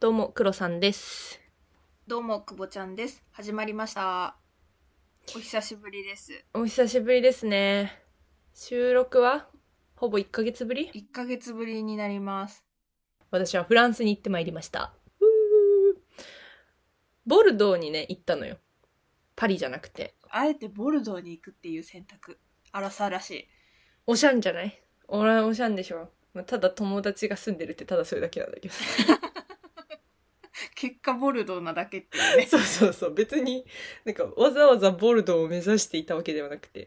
どうも、クロさんです。どうも、くぼちゃんです。始まりました。お久しぶりです。お久しぶりですね。収録はほぼ1ヶ月ぶり1ヶ月ぶりになります。私はフランスに行ってまいりました。うーボルドーにね、行ったのよ。パリじゃなくて。あえてボルドーに行くっていう選択。あらさらしい。おしゃんじゃない俺はおしゃんでしょ。まあただ友達が住んでるってただそれだけなんだけ ど。結果ボルドーなだけっ ていうね。そうそうそう。別に、なんかわざわざボルドーを目指していたわけではなくて。い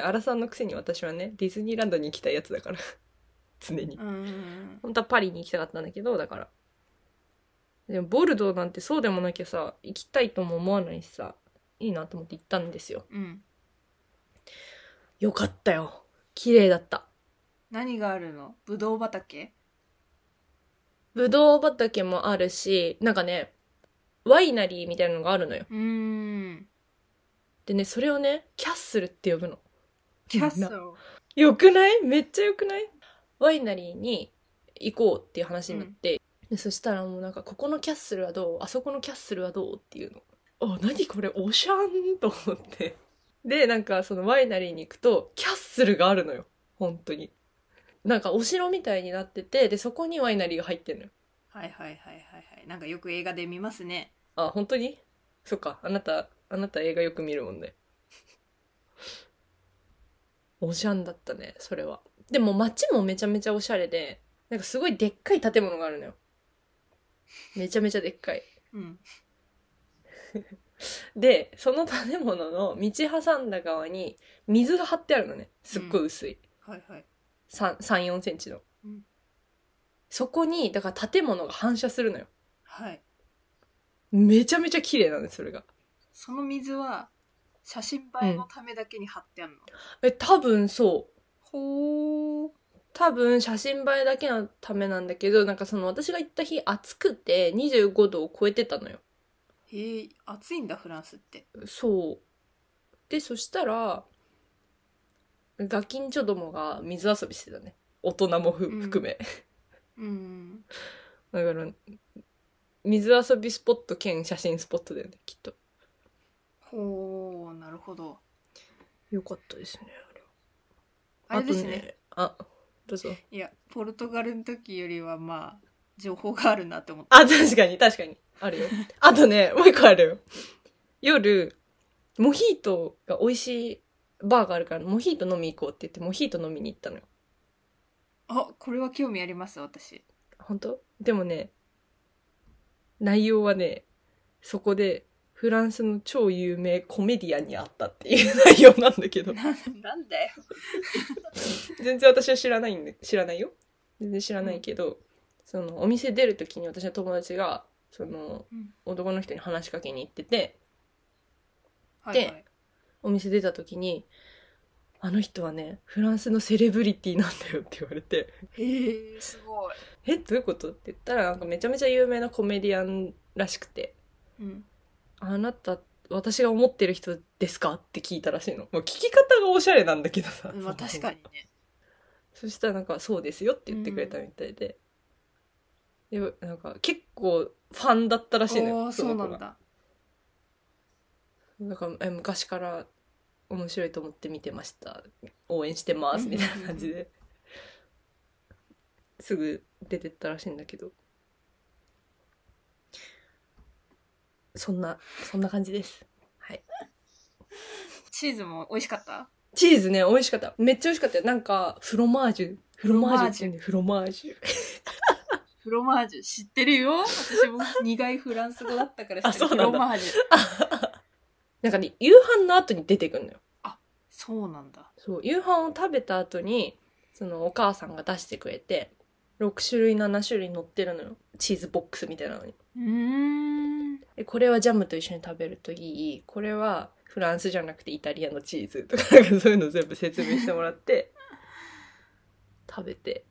やアラさんのくせに私はね、ディズニーランドに行きたいやつだから。常にう。ん。本当はパリに行きたかったんだけどだからでもボルドーなんてそうでもなきゃさ行きたいとも思わないしさいいなと思って行ったんですようん。よかったよ綺麗だった何があるのぶどう畑ブドウ畑もあるしなんかねワイナリーみたいなのがあるのようーん。でねそれをねキャッスルって呼ぶのキャッスル。よくないめっちゃよくないワイナリーに行こうっていう話になって、でそしたらもうなんかここのキャッスルはどうあそこのキャッスルはどうっていうのあ何これおしゃんと思ってでなんかそのワイナリーに行くとキャッスルがあるのよ本当になんかお城みたいになっててでそこにワイナリーが入ってんのよはいはいはいはいはい。なんかよく映画で見ますね。あ本当にそっかあなたあなた映画よく見るもんね おしゃんだったねそれはでも街もめちゃめちゃおしゃれでなんかすごいでっかい建物があるのよめちゃめちゃでっかいうん。でその建物の道挟んだ側に水が張ってあるのねすっごい薄い、はいはい。 3 3 4センチの、うんそこにだから建物が反射するのよはい。めちゃめちゃ綺麗なのよそれがその水は、写真映えのためだけに貼ってあるの。え多分そうほー。多分写真映えだけのためなんだけどなんかその私が行った日暑くて25度を超えてたのよへえ、暑いんだ、フランスって。そうでそしたらガキンチョどもが水遊びしてたね大人もふうん含め、うん。だから水遊びスポット兼写真スポットだよねきっとほうなるほどよかったですねあれですねあどうぞいやポルトガルの時よりはまあ情報があるなって思ったあ、確かに、確かに。あるよ。あとね、 もう一個あるよ。夜、モヒートが美味しいバーがあるから、モヒート飲み行こうって言って、モヒート飲みに行ったのよ。あこれは興味あります私本当でもね、内容はね、そこで、フランスの超有名コメディアンに会ったっていう 内容なんだけどな、なんだよ全然私は知らないんで、知らないよ。全然知らないけど、その、お店出るときに私の友達が、その、うん男の人に話しかけに行ってて、はいではいお店出た時に「あの人はねフランスのセレブリティなんだよ」って言われてへえすごい、 「えどういうこと?」って言ったらなんかめちゃめちゃ有名なコメディアンらしくてうん、 「あなた私が思ってる人ですか?」って聞いたらしいの、まあ、聞き方がおしゃれなんだけどさ、まあ確かにねそしたらなんか「そうですよ」って言ってくれたみたいで、でなんか結構ファンだったらしいのおよーそのうな子んがだなんかえ昔から面白いと思って見てました応援してますうんみたいな感じですぐ出てったらしいんだけどそんなそんな感じですはいチーズも美味しかったチーズね美味しかっためっちゃ美味しかったよなんかフロマージュフロマージュって言うんだよフロマージュフロマージュ知ってるよ私も苦いフランス語だったから知あってそるうフなんだロマージュなんかね夕飯の後に出てくるのよそうなんだそう夕飯を食べた後にそのお母さんが出してくれて6種類7種類乗ってるのよチーズボックスみたいなのにうーんでこれはジャムと一緒に食べるといいこれはフランスじゃなくてイタリアのチーズとかなんかそういうの全部説明してもらって食べて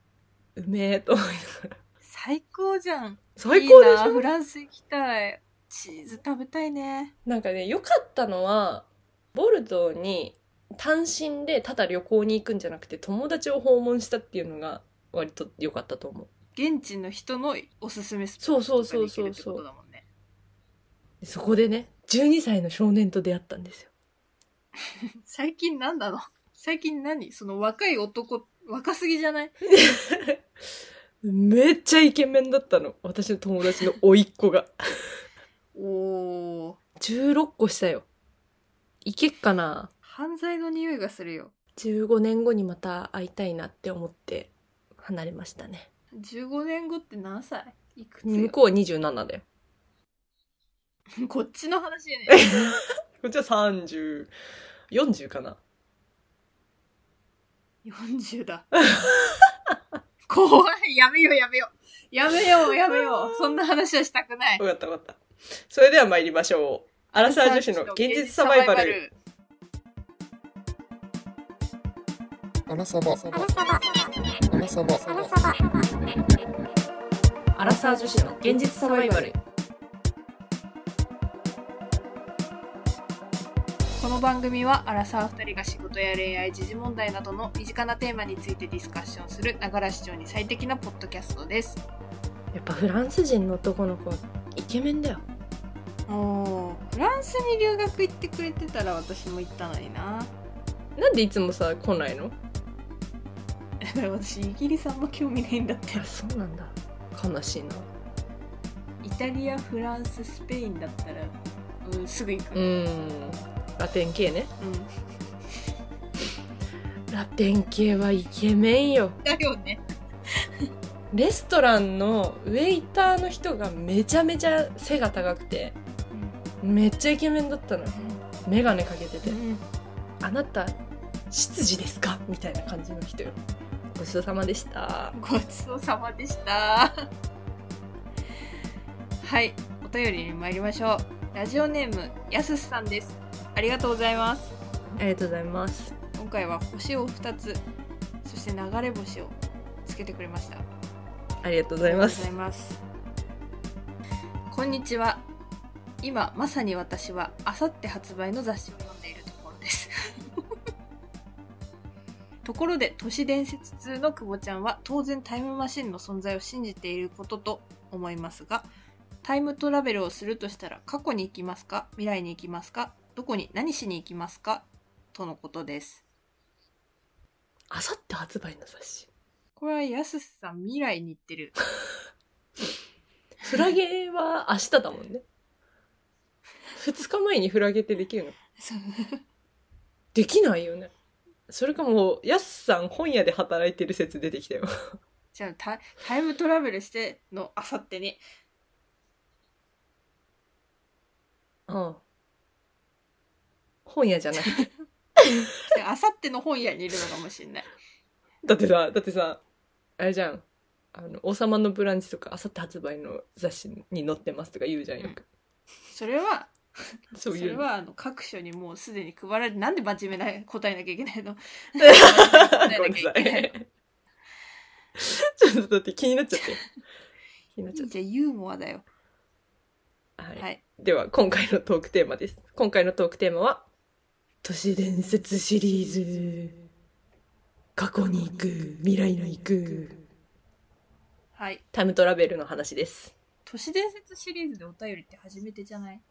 うめえと思いながら最高じゃん最高でいいしなょフランス行きたいチーズ食べたいねなんかね良かったのはボルドーに単身でただ旅行に行くんじゃなくて友達を訪問したっていうのが割と良かったと思う現地の人のおすすめスポそうッそトうとかそうそうできるってそうことだもんね。そこでね12歳の少年と出会ったんですよ最近なんだろう 最近何その若い男、若すぎじゃないめっちゃイケメンだったの私の友達の甥いっ子がおー。 16個したよいけっかな犯罪の匂いがするよ。 15年後にまた会いたいなって思って離れましたね15年後って何歳いくつよ向こうは27だよこっちの話や ね。こっちは3040かな40だ。 怖い。やめようやめよう。やめようやめよ う。そんな話はしたくない。分かった分かったそれでは参りましょうアラサー女子の現実サバイバル。アラサバ。アラサバ。アラサバ。アラサー女子の現実サバイバルこの番組はアラサー2人が仕事や恋愛時事問題などの身近なテーマについてディスカッションするながら視聴に最適なポッドキャストですやっぱフランス人の男の子はイケメンだよおフランスに留学行ってくれてたら私も行ったのにな なんでいつもさ来ないの私イギリスあんま興味ないんだってあそうなんだ悲しいなイタリアフランススペインだったら、うん、すぐ行く、うーんラテン系ねうんラテン系はイケメンよだよねレストランのウェイターの人がめちゃめちゃ背が高くてめっちゃイケメンだったのよ眼鏡かけてて「あなた執事ですか?」みたいな感じの人よごちそうさまでしたごちそうさまでした。はい、お便りに参りましょう。ラジオネームやすすさんです。ありがとうございます。ありがとうございます今回は星を2つ、そして流れ星をつけてくれました。ありがとうごあざいますこんにちは。今まさに私はあさって発売の雑誌を読んでいるところです。 ところで都市伝説通の久保ちゃんは当然タイムマシンの存在を信じていることと思いますが、タイムトラベルをするとしたら過去に行きますか未来に行きますかどこに何しに行きますかとのことです。あさって発売の雑誌これはやすさん未来に 行ってる。フラゲは明日だもんね2日前にフラゲってできるのそうできないよねそれかもうやすさん本屋で働いてる説出てきたよじゃあタイタイムトラベルしてのあさってにうん本屋じゃないあさっての本屋にいるのかもしれない。だってさだってさあれじゃんあの「王様のブランチ」とかあさって発売の雑誌に載ってますとか言うじゃんよく、それは、そそういれうのはあの各所にもうすでに配られて、なんで真面目な答えなきゃいけないの ごめんなさい ちょっとだって気になっちゃ って気になっちゃって じゃあユーモアだよ。はいはい。では今回のトークテーマです今回のトークテーマは「都市伝説シリーズ」「過去に行く未来に行くはい。」タイムトラベルの話です都市伝説シリーズでお便りって初めてじゃない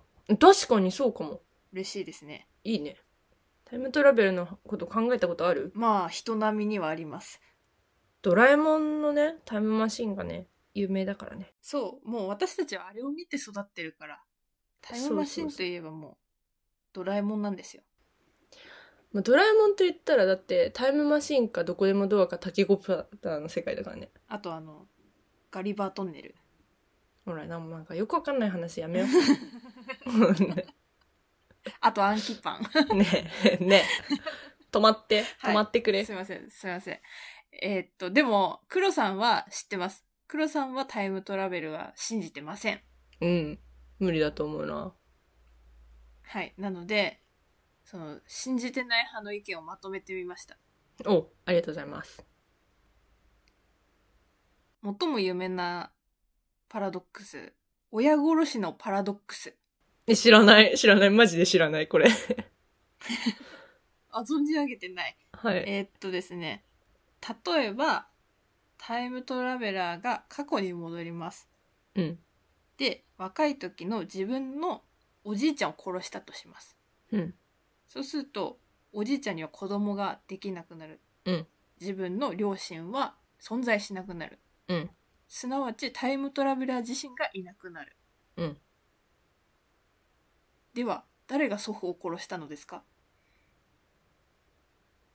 確かにそうかも嬉しいですね。いいねタイムトラベルのこと考えたことあるまあ、人並みにはあります。ドラえもんのねタイムマシンがね有名だからねそう、もう私たちはあれを見て育ってるから、タイムマシンといえばもう、ドラえもんなんですよ。まあドラえもんと言ったらだってタイムマシンかどこでもドアかタケコプターの世界だからねあとあの、ガリバートンネル。ほらなんなんかよくわかんない話やめよう ねあと、アンキパン。ねえ、ねえ。止まって、はい止まってくれ。すいません、すいません。えーっと、でも、黒さんは知ってます。黒さんはタイムトラベルは信じてません。うん。無理だと思うな。はい。なので、その、信じてない派の意見をまとめてみました。お、ありがとうございます。最も有名なパラドックス。親殺しのパラドックス。え知らない、知らない、マジで知らない、これ。あ、存じ上げてない。はい。えーっとですね、例えば、タイムトラベラーが過去に戻ります。うん。で、若い時の自分のおじいちゃんを殺したとします。うん。そうすると、おじいちゃんには子供ができなくなる。うん自分の両親は存在しなくなる。うんすなわち、タイムトラベラー自身がいなくなる。うんでは、誰が祖父を殺したのですか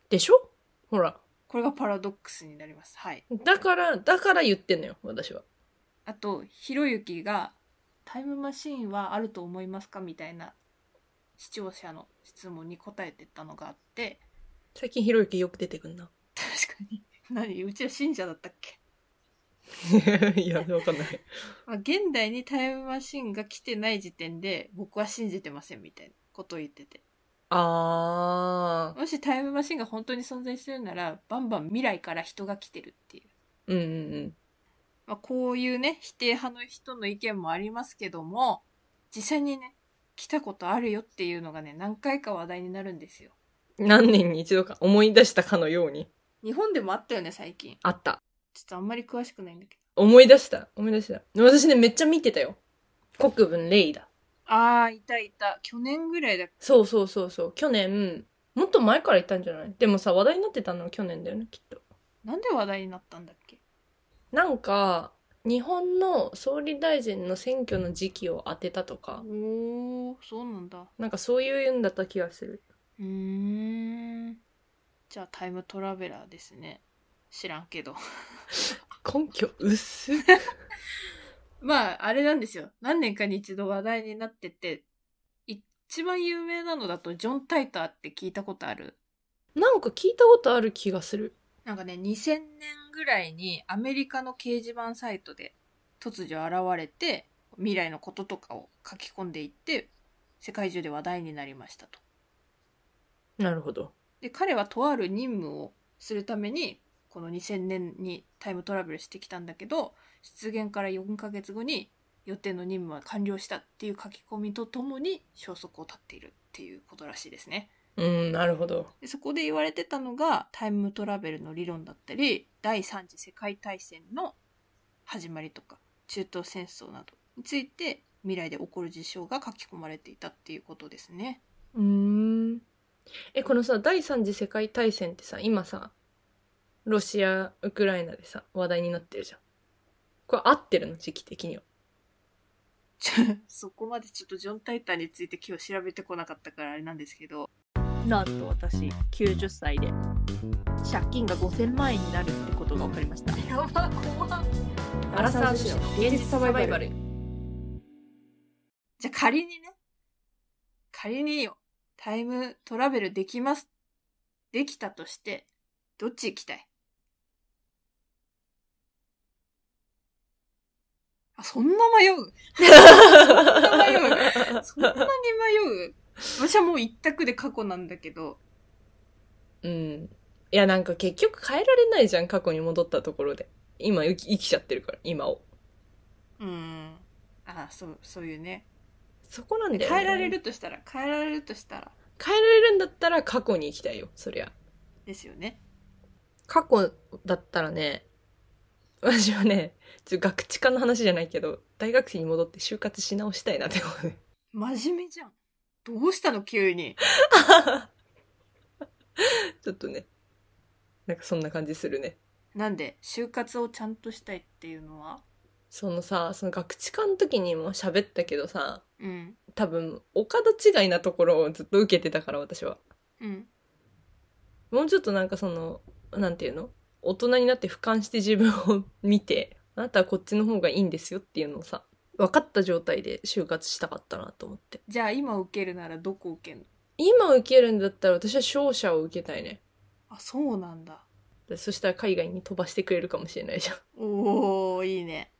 でしょほら。これがパラドックスになります。はい。だから、だから言ってんのよ、私は。あと、ひろゆきが、タイムマシーンはあると思いますかみたいな視聴者の質問に答えてたのがあって、最近ひろゆきよく出てくんな。確かに。 何うちら信者だったっけ いや、わかんない。まあ、現代にタイムマシンが来てない時点で僕は信じてませんみたいなことを言っててあー。もしタイムマシンが本当に存在してるならバンバン未来から人が来てるっていう、うんうんうん。まあ、こういうね否定派の人の意見もありますけども実際にね来たことあるよっていうのがね何回か話題になるんですよ何年に一度か思い出したかのように。日本でもあったよね最近あった。ちょっとあんまり詳しくないんだけ思い出した。思い出した。私ね、めっちゃ見てたよ。国分レイだ。どああいたいた去年ぐらいだそうそうそうそう。去年、もっと前からいたんじゃないでもさ、話題になってたのは去年だよね、きっと。なんで話題になったんだっけなんか、日本の総理大臣の選挙の時期を当てたとか、おおそうなんだなんかそういうんだった気がする。うーんじゃあタイムトラベラーですね知らんけど 根拠薄っ。まああれなんですよ何年かに一度話題になってて一番有名なのだとジョン・タイターって聞いたことある なんか聞いたことある気がする。なんかね2000年ぐらいにアメリカの掲示板サイトで突如現れて未来のこととかを書き込んでいって世界中で話題になりましたとなるほど。で彼はとある任務をするためにこの2000年にタイムトラベルしてきたんだけど出現から4ヶ月後に予定の任務は完了したっていう書き込みとともに消息を絶っているっていうことらしいですねうん、なるほど。でそこで言われてたのがタイムトラベルの理論だったり第3次世界大戦の始まりとか中東戦争などについて未来で起こる事象が書き込まれていたっていうことですね うーん。え、このさ、第三次世界大戦ってさ、今さ、ロシア、ウクライナでさ、話題になってるじゃん。これ合ってるの時期的には。ちょそこまでちょっとジョン・タイタンについて今日調べてこなかったからあれなんですけどなんと私90歳で借金が5000万円になるってことが分かりましたやば怖アラサー女子の現実サバイバル。じゃあ仮にね仮によタイムトラベルできますできたとしてどっち行きたいあそんな迷うそんな迷うそんなに迷う私はもう一択で過去なんだけど。 うん。いや、なんか結局変えられないじゃん、過去に戻ったところで。今、生き生きちゃってるから、今を。うん。あそう、そういうね。そこなんだよ、ね。変えられるとしたら、変えられるとしたら、変えられるんだったら過去に行きたいよ、そりゃ。ですよね。過去だったらね、私はね、ちょっと学知化の話じゃないけど、大学生に戻って就活し直したいなってことね。 真面目じゃん。どうしたの急に。ちょっとね、なんかそんな感じするね。なんで、就活をちゃんとしたいっていうのはそのさ、その学知化の時にも喋ったけどさ、うん。多分、お門違いなところをずっと受けてたから、私は。うん。もうちょっとなんかその、なんていうの大人になって俯瞰して自分を見て、あなたはこっちの方がいいんですよっていうのをさ、分かった状態で就活したかったなと思って。じゃあ今受けるならどこ受けんの今受けるんだったら私は商社を受けたいね。あ、そうなんだ。でそしたら海外に飛ばしてくれるかもしれないじゃん。 おー、いいね。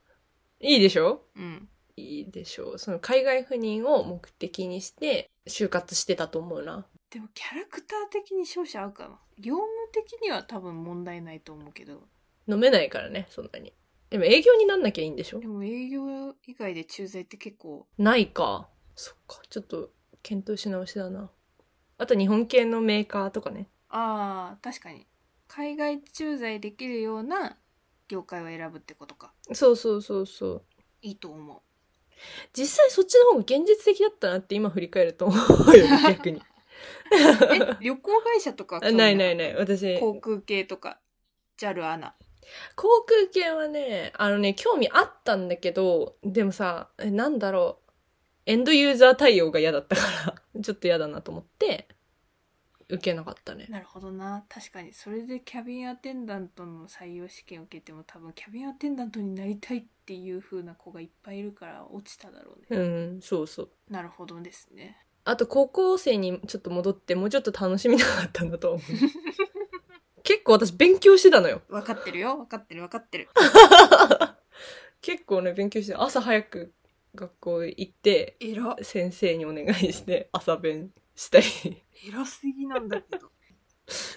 いいでしょうん。いいでしょう。その海外赴任を目的にして就活してたと思うな。でもキャラクター的に勝者合うかな。業務的には多分問題ないと思うけど。飲めないからね、そんなに。でも営業になんなきゃいいんでしょでも営業以外で駐在って結構ないか。そっか。ちょっと検討し直しだな。あと日本系のメーカーとかね。ああ確かに海外駐在できるような業界を選ぶってことかそうそうそうそういいと思う実際そっちの方が現実的だったなって今振り返ると思うよ逆にえ旅行会社とかは興味 ないないいない私航空系とか JAL アナ航空系はねあのね興味あったんだけどでもさえなんだろうエンドユーザー対応が嫌だったから ちょっと嫌だなと思って受けなかったねなるほどな確かにそれでキャビンアテンダントの採用試験を受けても多分キャビンアテンダントになりたいっていう風な子がいっぱいいるから落ちただろううね、んそうそうなるほどですねあと高校生にちょっと戻ってもうちょっと楽しみたかったんだと思う結構私勉強してたのよ 分かってるよ分かってる分かってる結構ね勉強して朝早く学校行ってえら先生にお願いして朝弁したり 偉すぎなんだけど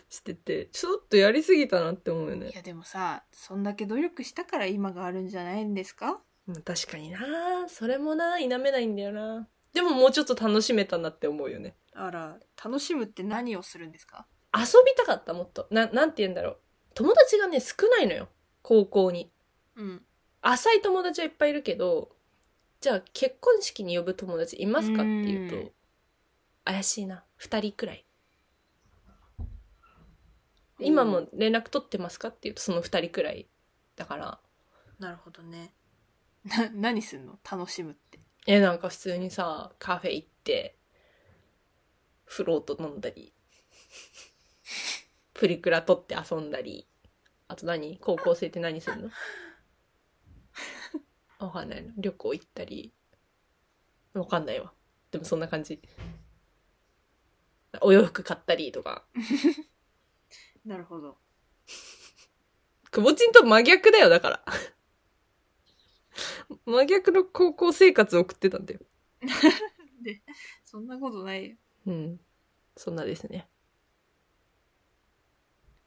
しててちょっとやりすぎたなって思うよ いねやでもさそんだけ努力したから今があるんじゃないんですかうん確かになそれもな否めないんだよなでももうちょっと楽しめたなって思うよねあら楽しむって何をするんですか遊びたかったもっとななんて言うんだろう友達がね少ないのよ高校にうん浅い友達はいっぱいいるけどじゃあ結婚式に呼ぶ友達いますかっていうとうん怪しいな2人くらい今も連絡取ってますかっていうとその2人くらいだからなるほどねな 何すんの楽しむってえなんか普通にさカフェ行ってフロート飲んだりプリクラ撮って遊んだりあと何高校生って何するのわかんないな旅行行ったりわかんないわでもそんな感じお洋服買ったりとかなるほどくぼちんと真逆だよだから 真逆の高校生活を送ってたんだよそんなことないようんそんなですね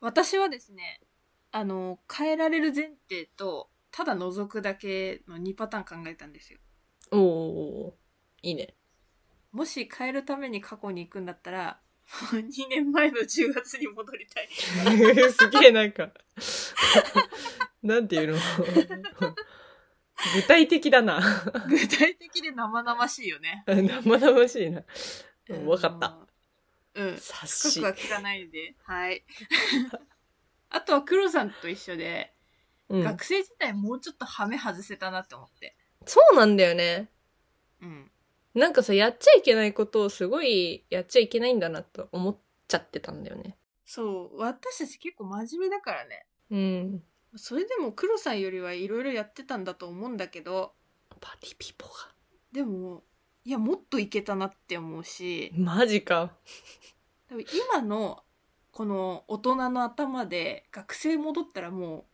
私はですねあの変えられる前提とただ覗くだけの2パターン考えたんですよおーおーおーいいねもし変えるために過去に行くんだったら2 年前の10月に戻り たい すげえなんかなんていうの具体的だな具体的で生々しいよね生々しいなうんわかったうん察深しくは聞かないではい あとは黒さんと一緒で、うん学生時代もうちょっとハメ外せたなって思ってそうなんだよねうんなんかさやっちゃいけないことをすごいやっちゃいけないんだなと思っちゃってたんだよねそう私たち結構真面目だからねうんそれでも黒さんよりはいろいろやってたんだと思うんだけどパティピポがでもいやもっといけたなって思うしマジか多分今のこの大人の頭で学生戻ったらも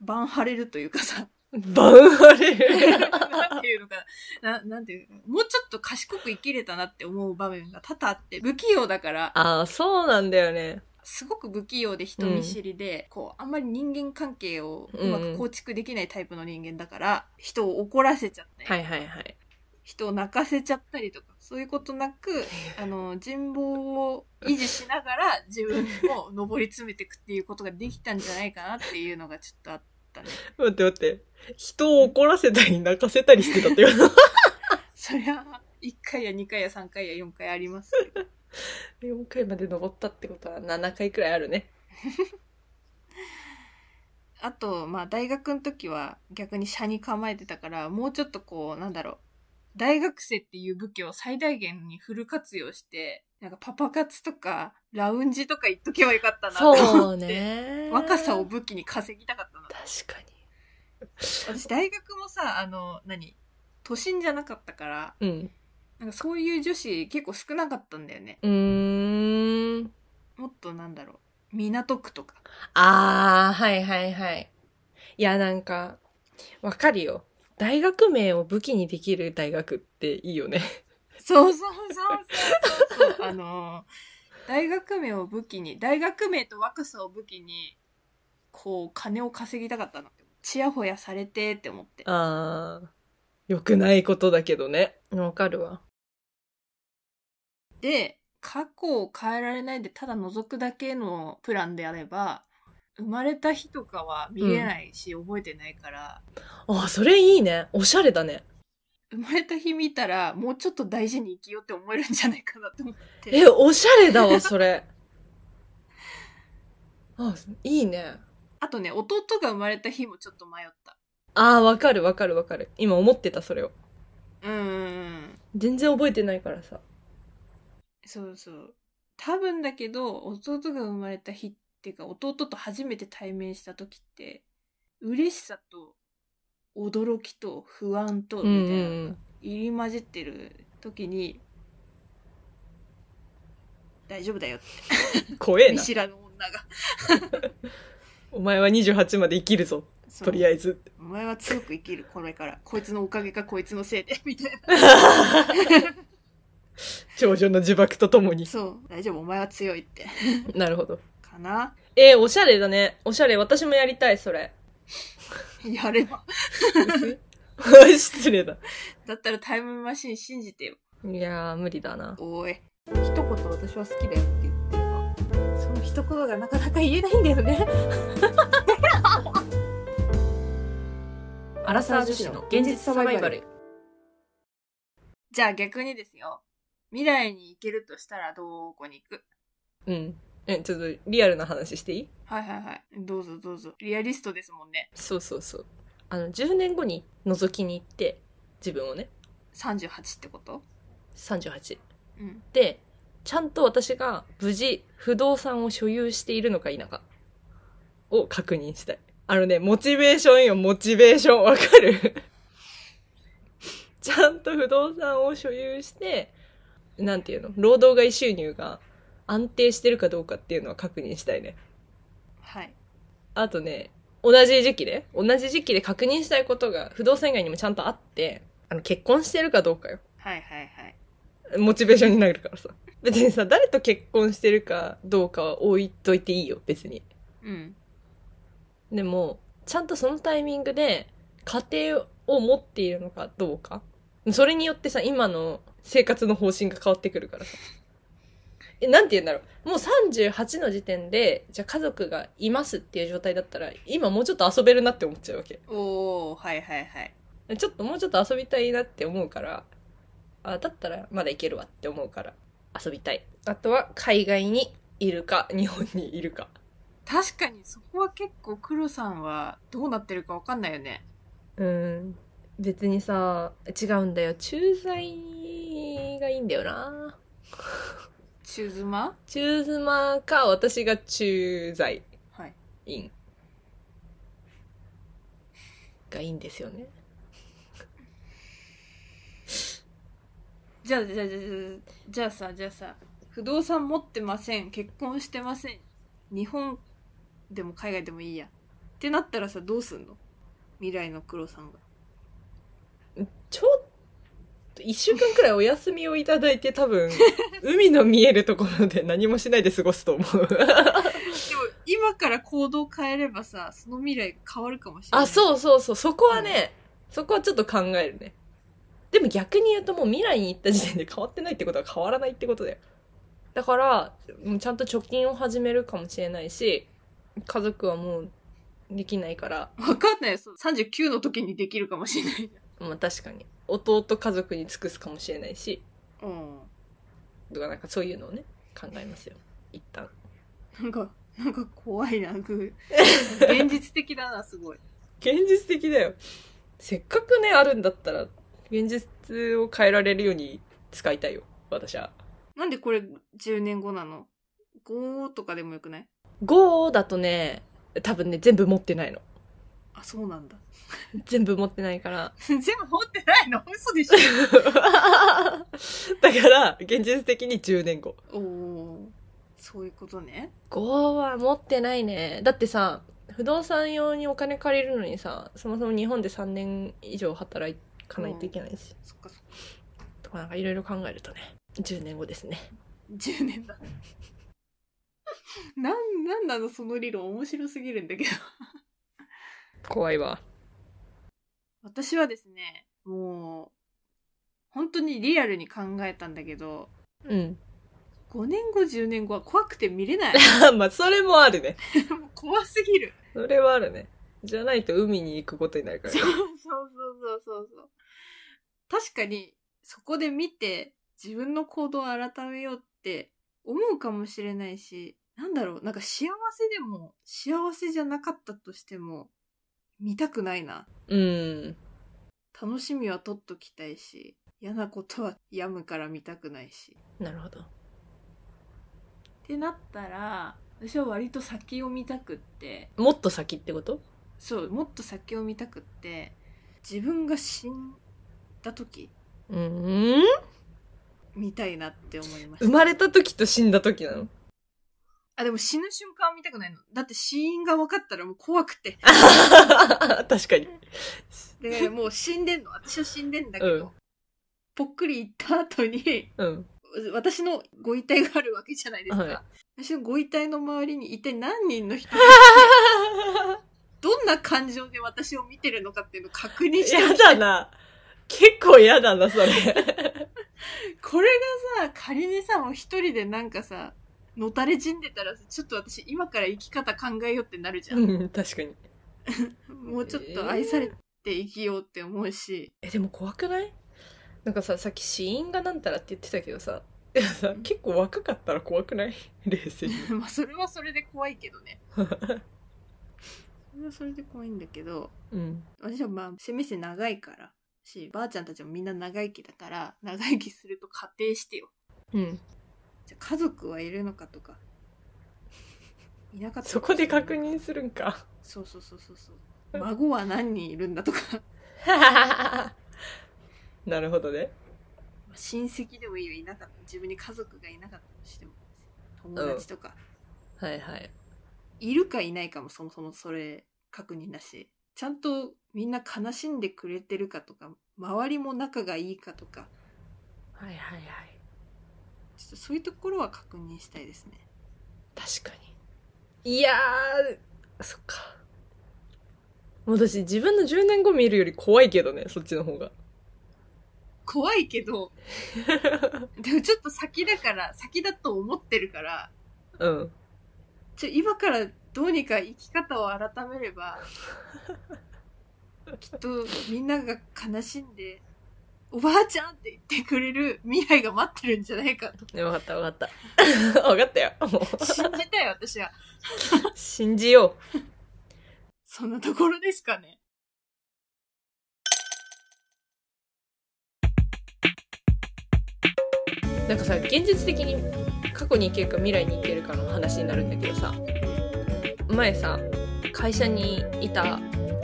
うバンハレるというかさバンハレなんていうのかなななんていうのかなもうちょっと賢く生きれたなって思う場面が多々あって不器用だから ああそうなんだよねすごく不器用で人見知りで、こうあんまり人間関係をうまく構築できないタイプの人間だから、人を怒らせちゃったりはいはいはい人を泣かせちゃったりとか、そういうことなく、あの、人望を維持しながら自分を上り詰めていくっていうことができたんじゃないかなっていうのがちょっとあったね。待って待って人を怒らせたり泣かせたりしてたって言わな そりゃ、1回や2回や3回や4回ありますけど。 4回まで登ったってことは7回くらいあるねあと、まあ、大学の時は逆に社に構えてたから、もうちょっとこう、なんだろう。大学生っていう武器を最大限にフル活用して、なんかパパ活とか、ラウンジとか言っとけばよかったなと思って。そう ね若さを武器に稼ぎたかったな。確か私大学もさあの何都心じゃなかったからにうんなんかそういう女子結構少なかったんだよねうーんもっとなんだろう港区とかああはいはいはいいやなんかわかるよ大学名を武器にできる大学っていいよねそうそうそうそうそうそうあの大学名を武器に大学名と若さを武器にこう金を稼ぎたかったのちやほやされてって思って ああ良くないことだけどねわかるわで過去を変えられないでただ覗くだけのプランであれば生まれた日とかは見れないし、覚えてないから、あ、それいいね。おしゃれだね。生まれた日見たら、もうちょっと大事に生きようって思えるんじゃないかなと思って。え、おしゃれだわ、それ。あ、いいね。あとね、弟が生まれた日もちょっと迷った。ああ、わかるわかるわかる。今思ってた、それを。うーん。全然覚えてないからさ。そうそう。多分だけど、弟が生まれた日っていうか、弟と初めて対面した時って、嬉しさと、驚きと、不安と、みたいなのが入り混じってる時に、大丈夫だよっ怖えて、見な。知らぬ女が。お前は28まで生きるぞ。とりあえず。お前は強く生きる、これから。こいつのおかげか、こいつのせいで、 みたい少女の自爆ととも な。に。そう、大丈夫、お前は強いって。なるほど。かな えー、おしゃれだね。おしゃれ。私もやりたい、それ。やれば。 失礼だ。だったらタイムマシン信じてよ。いやー、無理だな。おい。一言私は好きだよって言ってればその一言がなかなか言えないんだよねアラサー女子の現実サバイバル。 じゃあ逆にですよ。未来に行けるとしたらどこに行くうん。え、ちょっとリアルな話していいはいはいはい。どうぞどうぞ。リアリストですもんね。そうそうそう。あの、10年後に覗きに行って、自分をね、 38ってこと38。うん。で、ちゃんと私が無事不動産を所有しているのか否かを確認したい。あのね、モチベーションよ、モチベーション。わかる ちゃんと不動産を所有して、なんていうの労働外収入が安定してるかどうかっていうのは確認したいね。はい。あとね、同じ時期で、同じ時期で確認したいことが不動産以外にもちゃんとあって、あの、結婚してるかどうかよ。はいはいはい。モチベーションになるからさ。別にさ、誰と結婚してるかどうかは置いといていいよ、別に。うん。でも、ちゃんとそのタイミングで家庭を持っているのかどうか。それによってさ、今の生活の方針が変わってくるからさ。え、なんて言うんだろう。もう38の時点で、じゃあ家族がいますっていう状態だったら、今もうちょっと遊べるなって思っちゃうわけ。おー、はいはいはい。ちょっともうちょっと遊びたいなって思うから、あ、だったらまだいけるわって思うから、遊びたい。あとは海外にいるか、日本にいるか。確かにそこは結構黒さんはどうなってるかわかんないよね。うん。別にさ、違うんだよ。駐在がいいんだよな。中妻中妻か、私が駐在はい。員。がいいんですよね。じゃあ、じゃあ、じゃあ、じゃあさ、じゃあさ、不動産持ってません、結婚してません、日本でも海外でもいいや。ってなったらさ、どうすんの未来の黒さんが。ちょっと、一週間くらいお休みをいただいて多 分、海の見えるところで何もしないで過ごすと思う。でも、今から行動変えればさ、その未来が変わるかもしれない。あ、そうそうそう。そこはね、そこはちょっと考えるね。でも逆に言うともう未来に行った時点で変わってないってことは変わらないってことだよ。だから、もうちゃんと貯金を始めるかもしれないし、家族はもうできないから、わかんないよ。そう39の時にできるかもしれない。まあ確かに、弟家族に尽くすかもしれないし、うん。とかなんかそういうのをね、考えますよ。一旦。なんか、なんか怖いな、 グー。現実的だな、すごい。現実的だよ。せっかくね、あるんだったら、現実を変えられるように使いたいよ。私は。なんでこれ10年後なの ?5 とかでもよくない5だとね、多分ね、全部持ってないの。あ、そうなんだ。全部持ってないから。 全部持ってないの嘘でしょだから、現実的に10年後。 おおそういうことね5は持ってないね。だってさ、不動産用にお金借りるのにさ、そもそも日本で3年以上働かないといけないし、そっかそっかとかなんかいろいろ考えるとね、10年後ですね。 10年だ なんなんなのその理論面白すぎるんだけど怖いわ。私はですねもう本当にリアルに考えたんだけどうん。 5年後10年後は怖くて見れ ない まあ、それもあるね。もう怖すぎるそれはあるね。じゃないと海に行くことになるからそう。そうそうそうそう確かにそこで見て自分の行動を改めようって思うかもしれないしなんだろうなんか幸せでも幸せじゃなかったとしても見たくないなうん。楽しみは取っときたいし嫌なことはやむから見たくないしなるほど。ってなったら私は割と先を見たくってもっと先ってことそうもっと先を見たくって自分が死んだ時うーん見たいなって思いました生まれた時と死んだ時なの。あでも死ぬ瞬間は見たくないのだって死因が分かったらもう怖くて 確かに。でもう死んで んの私は死んでんだけど、うんぽっくり行った後に うん。私のご遺体があるわけじゃないですか、はい私のご遺体の周りに一体何人の人 がどんな感情で私を見てるのかっていうのを確認し てやだな。結構やだな、それ。これがさ仮にさもう一人でなんかさのたれ死んでたらさちょっと私今から生き方考えようってなるじゃん、 うん、確かに。もうちょっと愛されて生きようって思うし、 え、でも怖くないなんかさ、さっき死因がなんたらって言ってたけどさ、いやさ結構若かったら怖くない冷静に。まあそれはそれで怖いけどねそれはそれで怖いんだけど うん。私はまあせめて長いからしばあちゃんたちもみんな長生きだから長生きすると仮定してようん。じゃあ家族はいるのかとかいなかったそこで確認するん か。そうそうそうそうそう孫は何人いるんだとか なるほどね。親戚でもいいよいなかった自分に家族がいなかったとしても友達とか、はいはい。いるかいないかもそもそもそれ確認だしちゃんとみんな悲しんでくれてるかとか周りも仲がいいかとかはいはいはい。ちょっとそういうところは確認したいですね確かにいやーそっかもう私自分の10年後見るより怖いけどねそっちの方が怖いけ どでもちょっと先だから先だと思ってるからうんちょ今からどうにか生き方を改めれ ばきっとみんなが悲しんで「おばあちゃん!」って言ってくれる未来が待ってるんじゃないかと分かった分かった 分かったよもう信じたい私は信じよそんなところですかねうなんかさ現実的に過去に行けるか未来に行けるかの話になるんだけどさ前さ会社にいた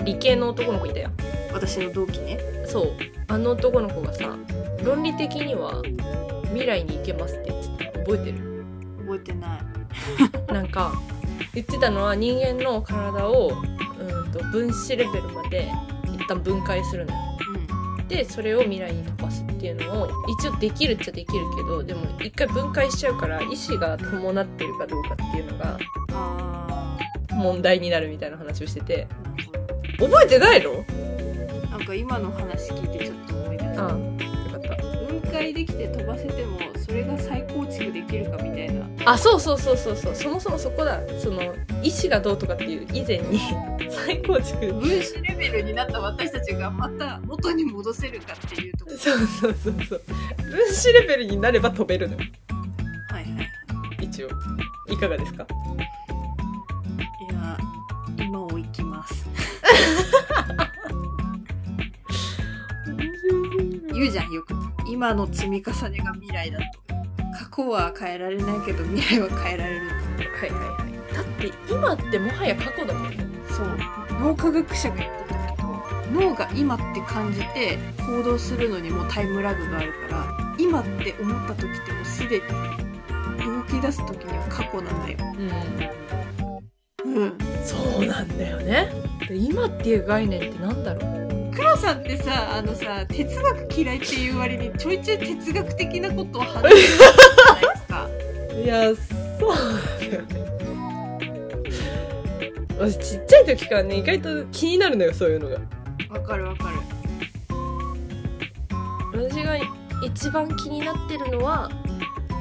理系の男の子いたよ私の同期ねそうあの男の子がさ論理的には未来に行けますって言ってた覚えてる覚えてないなんか言ってたのは人間の体をうんと分子レベルまで一旦分解するのよでそれを未来に飛ばすっていうのを一応できるっちゃできるけどでも一回分解しちゃうから意思が伴ってるかどうかっていうのがうんあ問題になるみたいな話をしててあ覚えてないのなんか今の話聞いてちょっと思い出しああよかっ分解できて飛ばせてもそれが再構築できるかみたいなたあそうそうそうそうそうそもそもそこだその意思がどうとかっていう以前に 再構築分子レベルになった私たちがまた元に戻せるかっていうところそうそうそうそう分子レベルになれば飛べるのよはいはい一応いかがですかいや今を生きます言うじゃんよく今の積み重ねが未来だと過去は変えられないけど未来は変えられるはいはいはいだって今ってもはや過去だもんねそう脳科学者が言ってたけど脳が今って感じて行動するのにもうタイムラグがあるから今って思った時ってもうすでに動き出す時には過去なんだようんうんそうなんだよねで今っていう概念ってなんだろう黒さんってさあのさ哲学嫌いっていう割にちょいちょい哲学的なことを話してるじゃないですかいやそうなんだよね私ちっちゃい時からね意外と気になるのよそういうのが わかるわかる私が一番気になってるのは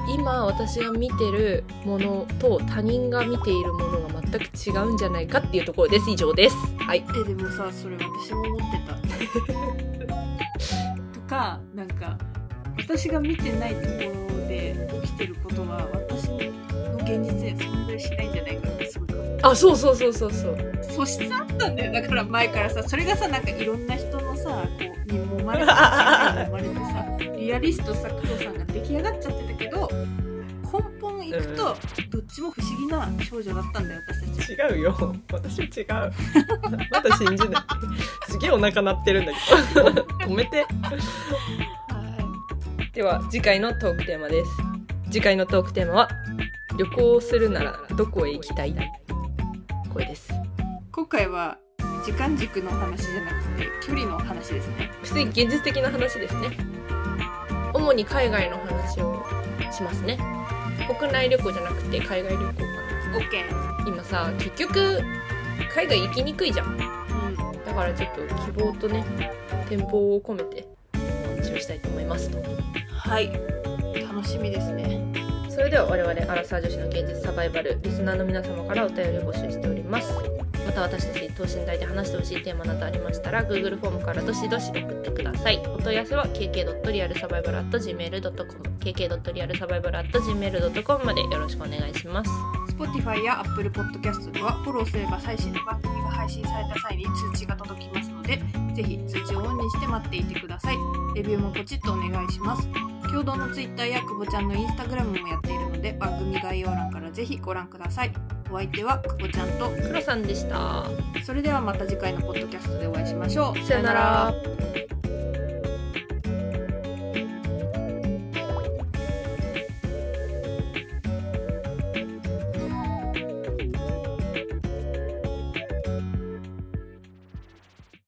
今私が見てるものと他人が見ているものが全く違うんじゃないかっていうところです以上ですはいえでもさそれ私も思ってた とかなんか私が見てないところで起きてることは私の現実には存在しないんじゃないかってすごくあそうそうそうそうそう素質あったんだよだから前からさそれがさなんかいろんな人のさこうに揉まれてさ 揉まれてさリアリストさ加藤さんが出来上がっちゃってたけど根本いくとどっちも不思議な少女だったんだよ私たち違うよ私違う まだ信じないすげえお腹鳴ってるんだけど 止めてでは次回のトークテーマです次回のトークテーマは旅行するならどこへ行きたいこれです今回は時間軸の話じゃなくて距離の話ですね普通に現実的な話ですね主に海外の話をしますね国内旅行じゃなくて海外旅行かな OK、今さ結局海外行きにくいじゃんだからちょっと希望とね展望を込めてお話をしたいと思いますとはい楽しみですねそれでは我々アラサー女子の現実サバイバルリスナーの皆様からお便りを募集しておりますまた私たち等身大で話してほしいテーマなどありましたら Google フォームからどしどし送ってくださいお問い合わせは kk.realsurvival.gmail.com kk.realsurvival.gmail.com までよろしくお願いします Spotify や Apple Podcast ではフォローすれば最新の番組が配信された際に通知が届きますのでぜひ通知をオンにして待っていてくださいレビューもポチッとお願いします共同の Twitter やくぼちゃんの Instagram もやっているので番組概要欄からぜひご覧くださいお相手はくぼちゃんと黒さんでしたそれではまた次回のポッドキャストでお会いしましょうさよなら